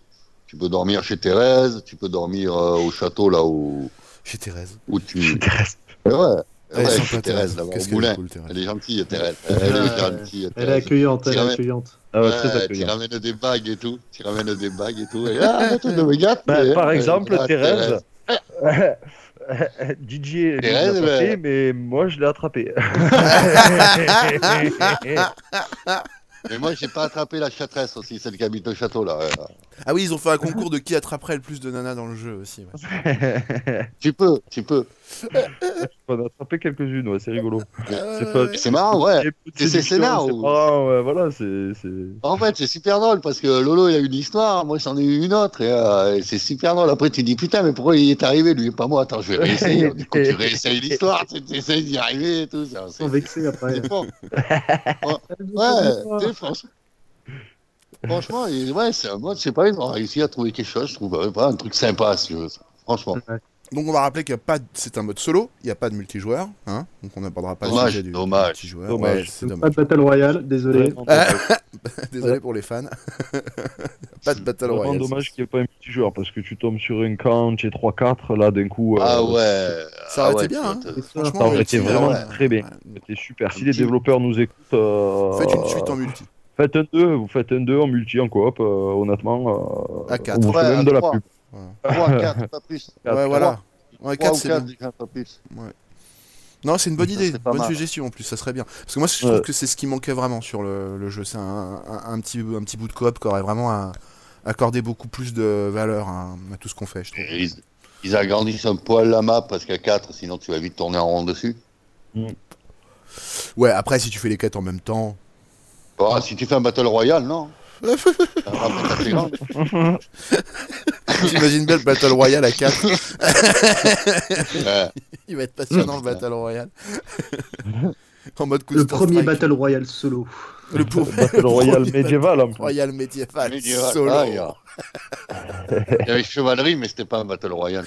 Tu peux dormir chez Thérèse, tu peux dormir euh, au château, là, où, Chez Thérèse. où tu... Thérèse. Ouais, ouais, Elle est sympa, chez Thérèse, là-bas, Qu'est-ce au qu'elle est moulin. cool, Thérèse. Elle est gentille, Thérèse. Elle est gentille, Elle est Thérèse. accueillante, elle est Tiens, ouais. accueillante. Ah ouais, très tu accueillant. ramènes des bagues et tout. Tu ramènes des bagues et tout. Et, ah, arrête de me gâter, Bah, hein. par exemple, Ah, Thérèse. Euh, DJ l'a Thérèse, attrapé, ouais. mais moi je l'ai attrapé. Mais moi, j'ai pas attrapé la châtresse aussi, celle qui habite au château là. euh. Ah oui, ils ont fait un concours de qui attraperait le plus de nanas dans le jeu aussi. ouais. Tu peux, tu peux. On a attrapé quelques-unes, ouais, c'est rigolo. Ouais, pas- ouais, ouais. C'est marrant, Ah ouais. Et c'est séduction, scénar, c'est ou- marrant, ouais, voilà, c'est. c'est- En fait, c'est super drôle parce que Lolo, il a une histoire, moi j'en ai eu une autre, et, euh, et c'est super drôle. Après, tu dis putain, mais pourquoi il est arrivé, lui et pas moi Attends, je vais réessayer. Du coup, tu réessayes l'histoire, tu tu essayes d'y arriver et tout. ça, Ils c'est- sont vexés après. c'est fort. Ouais, tu sais, franchement. Franchement, et- ouais, c'est un mode, c'est pas, ils ont réussi à trouver quelque chose, je trouve, euh, pas un truc sympa, si tu veux. Franchement, Donc on va rappeler qu'il y a pas, de- c'est un mode solo, il n'y a pas de multijoueur, hein donc on n'abordera pas le Dommage, sujet du, du dommage, multijoueur. dommage. Ouais, c'est Ah, Pas dommage. de Battle Royale, désolé. Vraiment, Ah, Désolé pour les fans. pas de Battle vraiment Royale. dommage qu'il n'y ait pas un petit joueur parce que tu tombes sur un camp, tu es 3-4, là d'un coup. ah euh, ouais. Ça aurait ah été ouais, bien, hein. putain, Franchement, Ça aurait le été petit- vraiment ouais. très bien. Ouais. C'était super. Si les développeurs nous écoutent. euh, Faites une suite en multi. Faites un 2, vous faites un 2 en multi, en coop, euh, honnêtement. euh, À quatre. on Vous Ouais, fait à même de la trois. pub. Trois, quatre, pas plus. Quatre, ouais, voilà. Ouais, Trois quatre, ou c'est quatre, bien. déjà, pas plus. Non, c'est une bonne Ça, idée, c'est pas bonne mal. suggestion en plus, ça serait bien. Parce que moi, je trouve Ouais. que c'est ce qui manquait vraiment sur le, le jeu. C'est un, un- un petit, un petit bout de coop qui aurait vraiment à- accordé beaucoup plus de valeur à, à tout ce qu'on fait, je trouve. Et Ils, ils agrandissent un poil la map parce qu'à 4, sinon tu vas vite tourner en rond dessus. Ouais, après, si tu fais les quêtes en même temps. Bon, si tu fais un Battle Royale, non Ça va pas être assez grand. J'imagine bien le Battle Royale à 4. Ouais. Il va être passionnant le Battle Royale. en mode coup de Le premier Strike. Battle Royale solo. Le, pour- le Battle Royale premier médiéval, en Battle plus. Royale médiéval. Médiéval, solo. ah, il y a- Il y avait Chevalerie, mais c'était pas un Battle Royale.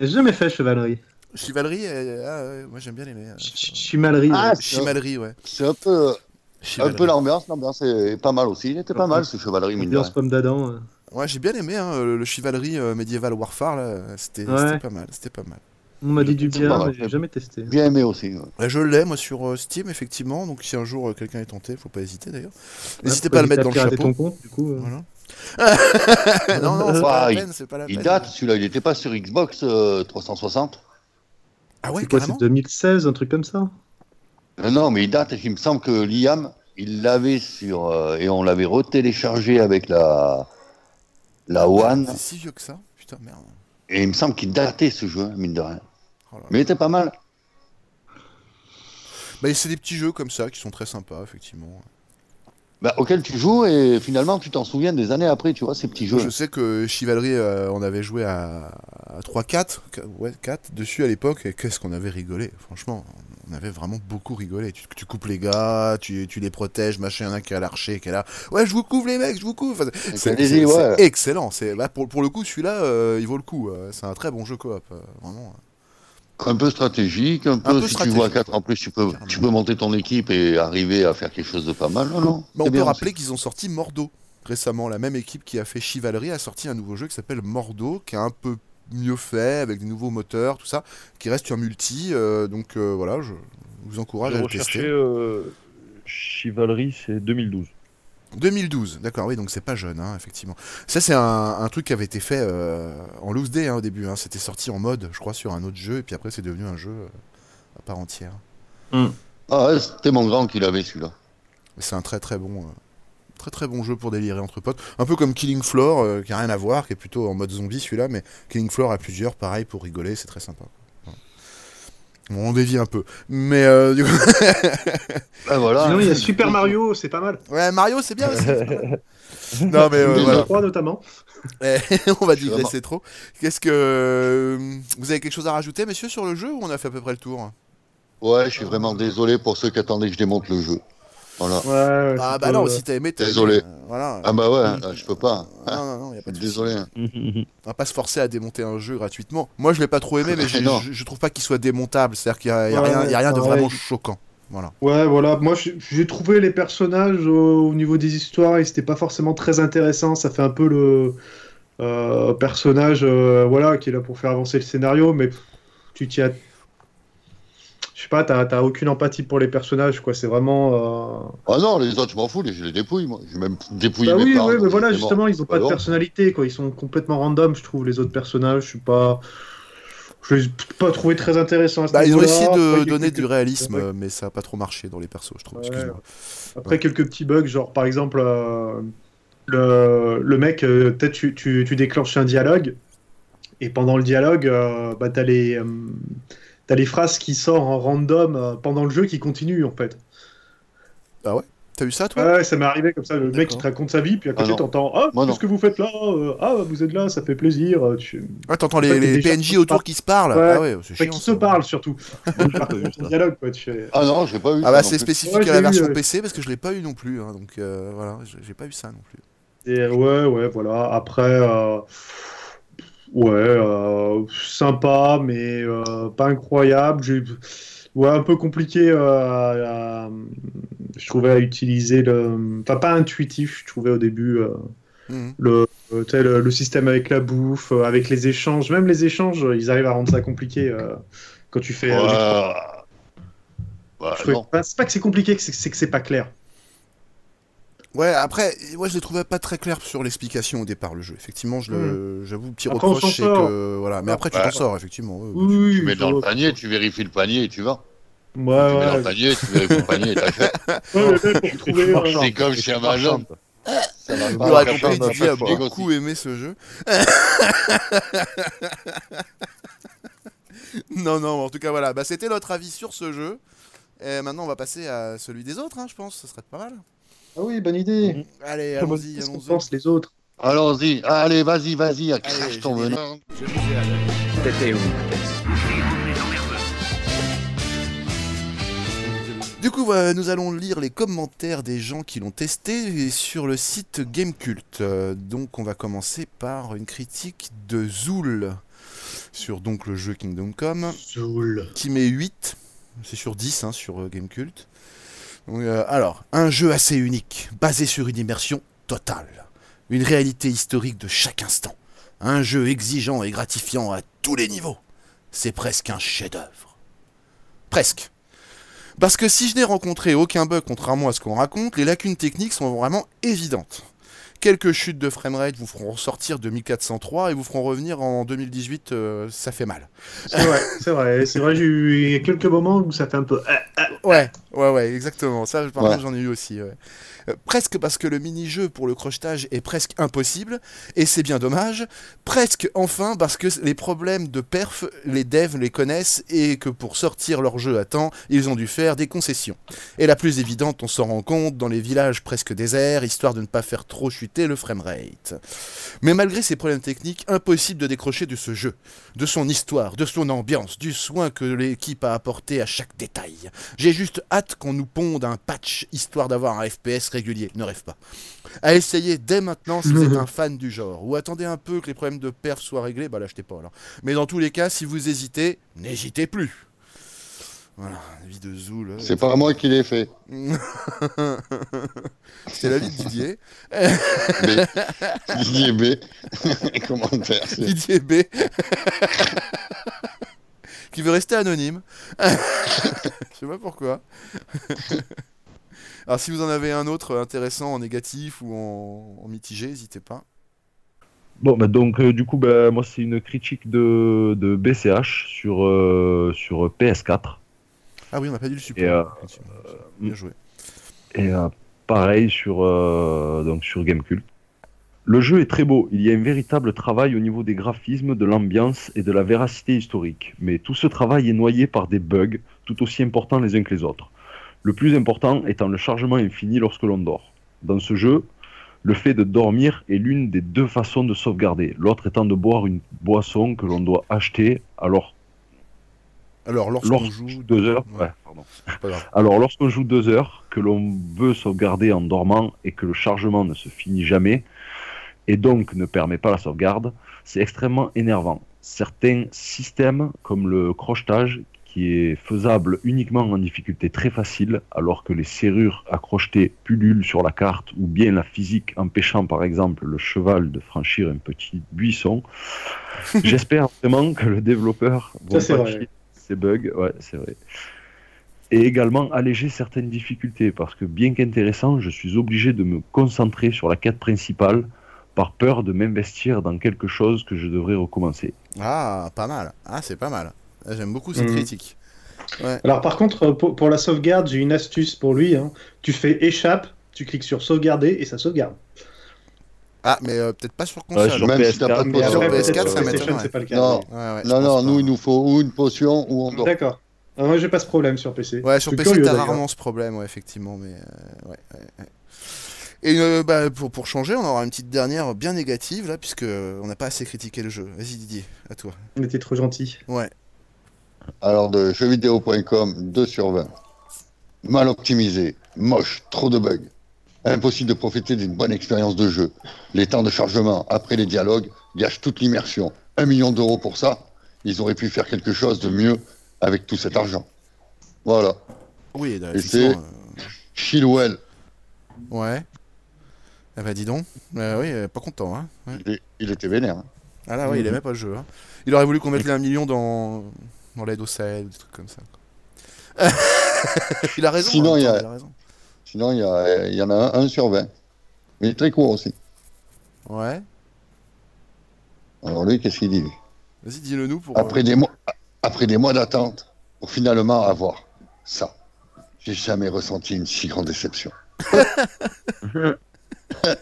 J'ai jamais fait chevalerie. Chivalerie, euh, ah, ouais, moi j'aime bien les meilleurs. Ch- ch- Chimalerie. Ah, ouais. c'est un- Chimalerie, ouais. c'est un peu, euh, un Chivalerie. peu l'ambiance. L'ambiance est pas mal aussi. Il était pas mal ce Chevalerie, mine de Ambiance rien. pomme d'Adam. euh. Ouais, j'ai bien aimé hein, le, le Chivalerie euh, médiéval Warfare, là, euh, c'était Ouais. c'était pas mal, c'était pas mal. On m'a dit du C'est pas bien, mal. mais j'ai jamais testé. Bien aimé aussi. ouais. Ouais, je l'ai moi sur euh, Steam effectivement, donc si un jour euh, quelqu'un est tenté, faut pas hésiter d'ailleurs. N'hésitez Ouais, pas à le faut mettre dans le éviter de pirater chapeau. ton compte, du coup. euh. Voilà. non, non, c'est pas Ouais, la peine, c'est pas la Il peine. date, celui-là. Il n'était pas sur Xbox euh, 360. Ah ouais, C'est quoi, c'est carrément 2016, un truc comme ça Euh, Non, mais il date. Il me semble que Liam, il l'avait sur. euh, et on l'avait retéléchargé avec la. La One. Ah, C'est si vieux que ça Putain, merde. Et il me semble qu'il datait ce jeu, hein, mine de rien. Oh là là. Mais il était pas mal. Bah, c'est des petits jeux comme ça qui sont très sympas, effectivement. Bah, auquel tu joues et finalement tu t'en souviens des années après, tu vois, ces petits jeux. Je sais que Chivalry, euh, on avait joué à, à 3-4, qu- ouais, 4 dessus à l'époque, et qu'est-ce qu'on avait rigolé, franchement. On avait vraiment beaucoup rigolé. Tu, tu coupes les gars, tu, tu les protèges, machin, il y en a un qui a l'archer, qui est là. Ouais, je vous couvre les mecs, je vous couvre. Enfin, Donc, c'est allez-y, c'est- ouais. c'est excellent. C'est bah, pour, pour le coup, celui-là, euh, il vaut le coup. euh, c'est un très bon jeu coop, euh, vraiment. Un peu stratégique, un peu, peu si stratégique. tu vois à 4 en plus, tu peux, tu peux monter ton équipe et arriver à faire quelque chose de pas mal. Non, non. Mais c'est on peut Eh bien rappeler qu'ils ont sorti Mordo récemment. La même équipe qui a fait Chivalry a sorti un nouveau jeu qui s'appelle Mordo, qui est un peu mieux fait, avec des nouveaux moteurs, tout ça, qui reste un multi. euh, donc euh, voilà, je vous encourage J'ai à le recherché tester. euh, Chivalry, c'est 2012. 2012, d'accord, oui, donc c'est pas jeune, hein, effectivement. Ça, c'est un, un truc qui avait été fait euh, en loose day hein, au début. hein. C'était sorti en mode, je crois, sur un autre jeu, et puis après, c'est devenu un jeu euh, à part entière. aussi. Ah ouais, c'était mon grand qui l'avait celui-là. Mais c'est un très très bon, euh, très très bon jeu pour délirer entre potes. Un peu comme Killing Floor, euh, qui a rien à voir, qui est plutôt en mode zombie celui-là, mais Killing Floor a plusieurs, pareil pour rigoler, c'est très sympa. quoi. Voilà. Bon, on dévie un peu, mais euh, du coup... Ben voilà. Sinon, il y a Super Mario, c'est pas mal. ouais, Mario c'est bien aussi. c'est pas mal. non mais euh, Déjà. voilà, Eh, 3 notamment. on va Je suis vraiment- digresser trop. Qu'est-ce que euh, vous avez quelque chose à rajouter, messieurs, sur le jeu ou on a fait à peu près le tour Ouais, je suis vraiment désolé pour ceux qui attendaient que je démonte le jeu. Voilà. Ouais, Ah bah non, si t'as aimé, t'as aimé. Désolé. Euh, Voilà. Ah bah ouais, là, je peux pas. hein. non non non, y a pas de souci. Désolé. hein. On va pas se forcer à démonter un jeu gratuitement. Moi, je l'ai pas trop aimé, mais je, Ah, Non. je, je trouve pas qu'il soit démontable. C'est-à-dire qu'il y a, il y a Ouais, rien, il y a rien de pareil. vraiment choquant. Voilà. Ouais, voilà. Moi, j'ai- j'ai trouvé les personnages au, au niveau des histoires et c'était pas forcément très intéressant. Ça fait un peu le euh, personnage, euh, voilà, qui est là pour faire avancer le scénario, mais pff, tu t'y as. Je sais pas, t'as t'as aucune empathie pour les personnages, quoi. C'est vraiment. euh, Ah non, les autres, je m'en fous, les- je les dépouille, moi. J'ai même dépouillé bah mes oui, parents, oui, mais donc voilà, c'est mort. justement, ils ont pas de Alors personnalité, quoi. Ils sont complètement random, je trouve, les autres personnages. Je suis pas. Je les ai pas trouvé très intéressants. à ce Bah, ils ont niveau-là. essayé Après, il y de a donner quelques- du réalisme, Ouais. euh, mais ça a pas trop marché dans les persos, je trouve. Ouais. Excuse-moi. Après, quelques petits bugs, genre par exemple, euh, le, le mec, euh, peut-être tu, tu, tu déclenches un dialogue, et pendant le dialogue, euh, bah, t'as les, euh, t'as les phrases qui sortent en random euh, pendant le jeu qui continuent en fait. T'as eu ça, toi Ouais, ouais, ça m'est arrivé comme ça, le mec D'accord. qui te raconte sa vie, puis à Ah côté non. t'entends Ah, Moi, non. qu'est-ce que vous faites là Euh, Ah, vous êtes là, ça fait plaisir. euh, Tu... Ah, t'entends Ouais, les, t'es les déjà- PNJ autour qui se parlent Ouais. Ah ouais, c'est Enfin, chiant. qui se ça. parlent surtout. Par pas vu contre, ça. le dialogue, quoi. Tu... fais- Ah non, j'ai pas eu Ah ça bah non c'est plus. spécifique Ouais, je à la l'ai eu, version ouais. PC parce que je l'ai pas eu non plus, hein, donc euh, voilà, j'ai- j'ai pas eu ça non plus. Et, euh, ouais, ouais, voilà. Après, euh, ouais, euh, sympa, mais euh, pas incroyable. J'ai- Ouais, un peu compliqué, euh, à- à- je trouvais, à utiliser le. Enfin, pas intuitif, je trouvais au début. euh, Mhm. le, euh, tu sais, le, le système avec la bouffe, euh, avec les échanges, même les échanges, euh, ils arrivent à rendre ça compliqué euh, quand tu fais. Ouais. euh, j'ai- Ouais, je trouvais- non. enfin, c'est pas que c'est compliqué, c'est c'est que c'est pas clair. Ouais, après, ouais, je l'ai trouvé pas très clair sur l'explication au départ, le jeu. Effectivement, je le- j'avoue, petit Hmm. Après, on s'en reproche, c'est sort. que. Voilà, mais après, tu Ah, bah, Ouais. t'en sors, effectivement. ouais, ouais. Oui, oui, Tu mets je dans le vois. panier, tu vérifies le panier et tu vas. Ouais, Tu mets dans le ouais. panier, tu vérifies le panier et t'achètes. Ouais, mais même pour trouver, euh, C'est comme chez Amazon. Ça va Vous pas, l'aurez ça compris, va Didier a pas. beaucoup aimé ce jeu. non, non, en tout cas, voilà. Bah, c'était notre avis sur ce jeu. Et maintenant, on va passer à celui des autres, hein, je pense. Ce serait pas mal. Ah oui, bonne idée. Allez, Comment allons-y, est-ce qu'on allons-y. pense les autres Allons-y, allez, vas-y, vas-y, crache ton j'ai des venin. T'étais où Du coup, voilà, nous allons lire les commentaires des gens qui l'ont testé sur le site Gamecult. Euh, donc, on va commencer par une critique de Zoul sur donc le jeu Kingdom Come. Zoul. qui met 8. C'est sur 10 hein, sur euh, Gamecult. Donc, euh, alors, un jeu assez unique, basé sur une immersion totale. Une réalité historique de chaque instant. Un jeu exigeant et gratifiant à tous les niveaux. C'est presque un chef-d'œuvre. Presque. Parce que si je n'ai rencontré aucun bug, contrairement à ce qu'on raconte, les lacunes techniques sont vraiment évidentes. Quelques chutes de framerate vous feront ressortir de 1403 et vous feront revenir en 2018, euh, ça fait mal. C'est vrai, c'est vrai, c'est vrai, j'ai eu il y a quelques moments où ça fait un peu. Ah, Ouais, ouais, ouais, exactement. Ça, par Ouais. contre, j'en ai eu aussi. ouais. Euh, presque parce que le mini-jeu pour le crochetage est presque impossible, et c'est bien dommage. Presque enfin parce que les problèmes de perf, les devs les connaissent, et que pour sortir leur jeu à temps, ils ont dû faire des concessions. Et la plus évidente, on s'en rend compte, dans les villages presque déserts, histoire de ne pas faire trop chuter le framerate. Mais malgré ces problèmes techniques, impossible de décrocher de ce jeu, de son histoire, de son ambiance, du soin que l'équipe a apporté à chaque détail. J'ai juste hâte qu'on nous ponde un patch histoire d'avoir un FPS régulier. Ne rêve pas. À essayer dès maintenant si vous êtes un fan du genre. Ou attendez un peu que les problèmes de perf soient réglés. Bah l'achetez pas alors. Mais dans tous les cas, si vous hésitez, n'hésitez plus. Voilà, vie de Zoul. euh, C'est pas moi qui l'ai fait. C'est la vie de Didier. Mais, Didier B. Comment le faire c'est- Didier B. qui veut rester anonyme. Je sais pas pourquoi. Alors si vous en avez un autre intéressant en négatif ou en, en mitigé, n'hésitez pas. Bon, bah donc euh, du coup, bah, moi c'est une critique de, de BCH sur, euh, sur PS4. Ah oui, on n'a pas dit le support. Et, euh, effectivement. Bien joué. Et euh, pareil sur, euh, donc sur Gamecult. Le jeu est très beau, il y a un véritable travail au niveau des graphismes, de l'ambiance et de la véracité historique. Mais tout ce travail est noyé par des bugs, tout aussi importants les uns que les autres. Le plus important étant le chargement infini lorsque l'on dort. Dans ce jeu, le fait de dormir est l'une des deux façons de sauvegarder, l'autre étant de boire une boisson que l'on doit acheter alors Alors lorsqu'on lorsqu'on joue, joue deux heures. Ouais. ouais, pardon. c'est pas grave. Alors, lorsqu'on joue deux heures, que l'on veut sauvegarder en dormant et que le chargement ne se finit jamais, et donc ne permet pas la sauvegarde, c'est extrêmement énervant. Certains systèmes, comme le crochetage, qui est faisable uniquement en difficulté très facile, alors que les serrures à crocheter pullulent sur la carte, ou bien la physique empêchant par exemple le cheval de franchir un petit buisson. J'espère vraiment que le développeur Ça, va c'est vrai. patcher ces bugs. Ouais, c'est vrai et également alléger certaines difficultés parce que bien qu'intéressant, je suis obligé de me concentrer sur la quête principale par peur de m'investir dans quelque chose que je devrais recommencer. Ah, pas mal. Ah, c'est pas mal. Ah, J'aime beaucoup cette Mm. Mhm. critique. Alors par contre, euh, pour, pour la sauvegarde, j'ai une astuce pour lui. hein. Tu fais échappe, tu cliques sur sauvegarder et ça sauvegarde. Ah, mais euh, peut-être pas sur console. Ouais, sur Même si PS4, t'as pas de Sur potion. Après, peut-être PS4, sur ça PlayStation, m'étonnerait. c'est pas le cas. Non, Ouais, ouais, je non, pense non, pas. nous, il nous faut ou une potion ou on dort. D'accord. Ah, Moi, j'ai pas ce problème sur PC. Ouais, sur Je suis PC, curieux, t'as d'ailleurs. rarement ce problème, ouais, effectivement, mais euh, ouais, ouais, ouais. Et euh, bah, pour, pour changer, on aura une petite dernière bien négative, là, puisque euh, on n'a pas assez critiqué le jeu. Vas-y Didier, à toi. On était trop gentil. Alors, de jeuxvideo.com, 2 sur 20. Mal optimisé, moche, trop de bugs. Impossible de profiter d'une bonne expérience de jeu. Les temps de chargement après les dialogues gâchent toute l'immersion. Un million d'euros pour ça, ils auraient pu faire quelque chose de mieux avec tout cet argent. Voilà. Oui, Et c'est- Chilwell, euh, Ouais. Ah bah dis donc. Euh, oui, euh, pas content, hein. Ouais. il, est- il était vénère. hein. Ah là, ouais, Mm-hmm. il aimait pas le jeu. hein. Il aurait voulu qu'on mette les 1 million dans, dans l'aide au Sahel, ou des trucs comme ça. quoi. il a raison. en Sinon, même il y temps, a- il a raison. Sinon, il y, a- il y en a un, un sur 20. Mais il est très court aussi. Ouais. Alors lui, qu'est-ce qu'il dit lui Vas-y, dis-le nous pour. euh, Après des mois, après des mois d'attente, pour finalement avoir ça. J'ai jamais ressenti une si grande déception.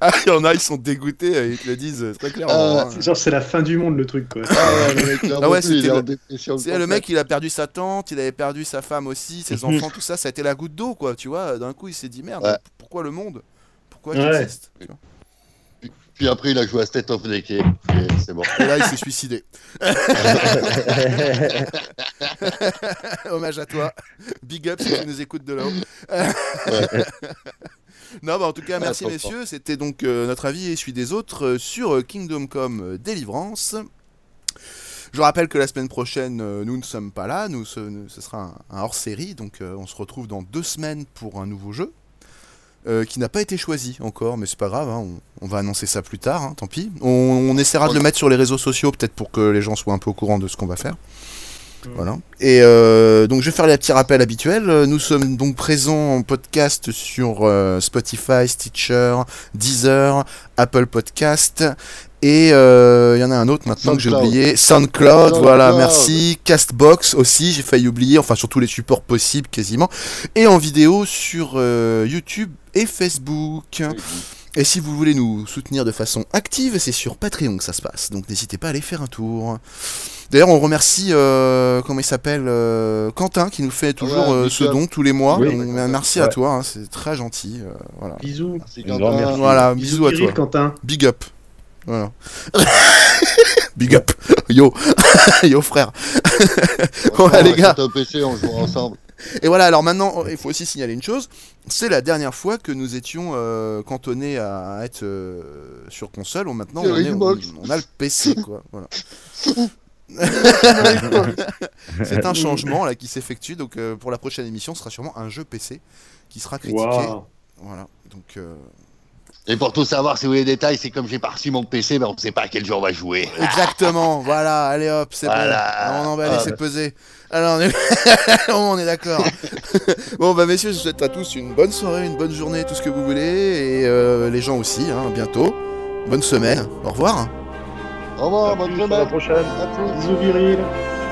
Ah, il y en a, ils sont dégoûtés, euh, ils te le disent euh, très clairement. Ah, hein. Genre, c'est la fin du monde, le truc, quoi. Ah ouais, le mec, là, Ah ouais, en plus, il c'était est en le- dépression C'est le mec, il a perdu sa tante, il avait perdu sa femme aussi, ses enfants, tout ça. Ça a été la goutte d'eau, quoi. Tu vois, d'un coup, il s'est dit merde. Ouais. Pourquoi le monde Pourquoi Ouais. j'existe Tu vois complète. Puis après, il a joué à State of Decay. Et C'est bon. Et là, il s'est suicidé. Hommage à toi. Big up si tu nous écoutes de là-haut. non, bah, en tout cas, merci trop messieurs. C'était donc euh, notre avis et celui des autres euh, sur euh, Kingdom Come euh, Deliverance. Je rappelle que la semaine prochaine, euh, nous ne sommes pas là. Nous, ce, nous- ce sera un, un hors-série. Donc, euh, on se retrouve dans deux semaines pour un nouveau jeu. euh, qui n'a pas été choisi encore, mais c'est pas grave, hein, on, on va annoncer ça plus tard, hein, tant pis. On, on essaiera de le mettre sur les réseaux sociaux, peut-être pour que les gens soient un peu au courant de ce qu'on va faire. Voilà. Et euh, donc je vais faire les petits rappels habituels. Euh, Nous sommes donc présents en podcast sur euh, Spotify, Stitcher, Deezer, Apple Podcast. Et euh, il y en a un autre maintenant que j'ai SoundCloud. oublié. SoundCloud, SoundCloud. voilà, merci. Castbox aussi, j'ai failli oublier. Enfin, sur tous les supports possibles quasiment. Et en vidéo sur euh, YouTube et Facebook. Et si vous voulez nous soutenir de façon active, c'est sur Patreon que ça se passe. Donc n'hésitez pas à aller faire un tour. D'ailleurs, on remercie, euh, comment il s'appelle euh, Quentin, qui nous fait toujours Ouais, euh, big ce up. don tous les mois. Oui. Donc, un merci à Ouais. toi, hein, c'est très gentil. euh, voilà. Bisous. Merci, Une grande Quentin. merci. Voilà, bisous à toi. Kirill, Quentin. Big up. Voilà. Big up. Yo. Yo frère. On va les gars. acheter un PC, on joue ensemble. Et voilà, alors maintenant, oh, il faut aussi signaler une chose, c'est la dernière fois que nous étions euh, cantonnés à être euh, sur console, on, maintenant Sur on, est- Xbox. on- on a le PC, quoi. Voilà. c'est un changement là qui s'effectue, donc euh, pour la prochaine émission, ce sera sûrement un jeu PC qui sera critiqué. Waouh. Voilà, donc... euh, Et pour tout savoir, si vous voulez les détails, c'est comme j'ai pas reçu mon PC, ben on ne sait pas à quel jour on va jouer. Exactement, voilà, allez hop, c'est Voilà. bon. On emballe et Ah, c'est pesé. Alors on est, on est d'accord. bon bah messieurs, je vous souhaite à tous une bonne soirée, une bonne journée, tout ce que vous voulez, et euh, les gens aussi, hein, à bientôt. Bonne semaine, au revoir. Au revoir, bonne À la semaine. prochaine. À tous. Bisous, Viril. Bisous.